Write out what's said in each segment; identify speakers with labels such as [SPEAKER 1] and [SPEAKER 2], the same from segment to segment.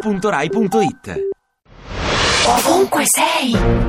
[SPEAKER 1] radio2pod.rai.it
[SPEAKER 2] Ovunque sei!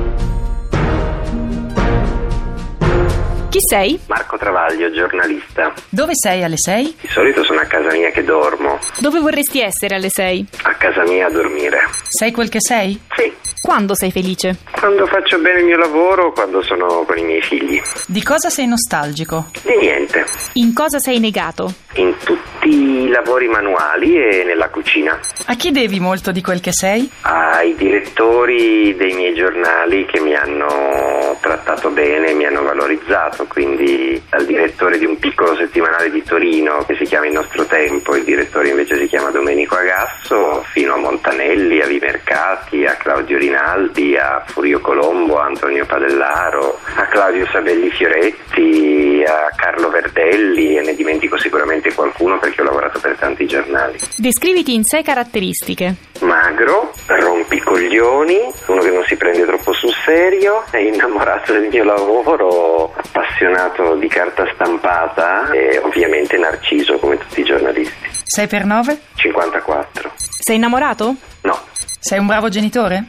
[SPEAKER 3] Chi sei?
[SPEAKER 4] Marco Travaglio, giornalista.
[SPEAKER 3] Dove sei alle 6?
[SPEAKER 4] Di solito sono a casa mia che dormo,
[SPEAKER 3] Dove vorresti essere alle 6?
[SPEAKER 4] a casa mia a dormire.
[SPEAKER 3] Sei quel che sei?
[SPEAKER 4] Sì,
[SPEAKER 3] Quando sei felice?
[SPEAKER 4] quando faccio bene il mio lavoro, quando sono con i miei figli.
[SPEAKER 5] Di cosa sei nostalgico?
[SPEAKER 4] Di niente,
[SPEAKER 3] In cosa sei negato?
[SPEAKER 4] in tutti i lavori manuali e nella cucina.
[SPEAKER 5] A chi devi molto di quel che sei?
[SPEAKER 4] Ai direttori dei miei giornali che mi hanno trattato bene, mi hanno valorizzato, quindi al direttore di un piccolo settimanale di Torino che si chiama Il Nostro Tempo, il direttore invece si chiama Domenico Agasso, fino a Montanelli, a Vimercati, a Claudio Rinaldi, a Furio Colombo, a Antonio Padellaro, a Claudio Sabelli Fioretti, a Carlo Verdelli e ne dimentico sicuramente qualcuno perché ho lavorato per tanti giornali.
[SPEAKER 3] Descriviti in sei caratteristiche.
[SPEAKER 4] Magro, rompicoglioni, uno che non si prende troppo sul serio, è innamorato del mio lavoro, appassionato di carta stampata e ovviamente narciso come tutti i giornalisti.
[SPEAKER 5] 6 per 9?
[SPEAKER 4] 54.
[SPEAKER 3] Sei innamorato?
[SPEAKER 4] No,
[SPEAKER 5] Sei un bravo genitore?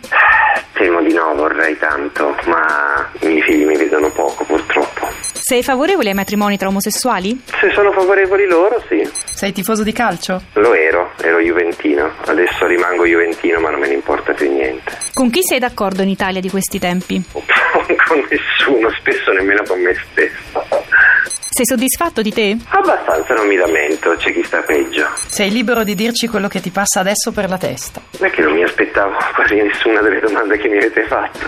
[SPEAKER 4] temo di no, vorrei tanto, ma i miei figli mi vedono poco purtroppo.
[SPEAKER 3] Sei favorevole ai matrimoni tra omosessuali?
[SPEAKER 4] Se sono favorevoli loro, sì.
[SPEAKER 5] Sei tifoso di calcio?
[SPEAKER 4] Lo ero, ero juventino, adesso rimango juventino ma non me ne importa più niente.
[SPEAKER 3] Con chi sei d'accordo in Italia di questi tempi?
[SPEAKER 4] Con nessuno, spesso nemmeno con me stesso.
[SPEAKER 3] Sei soddisfatto di te?
[SPEAKER 4] Abbastanza non mi lamento, c'è chi sta peggio.
[SPEAKER 5] Sei libero di dirci quello che ti passa adesso per la testa?
[SPEAKER 4] Non è che non mi aspettavo quasi nessuna delle domande che mi avete fatto.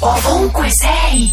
[SPEAKER 2] Ovunque sei!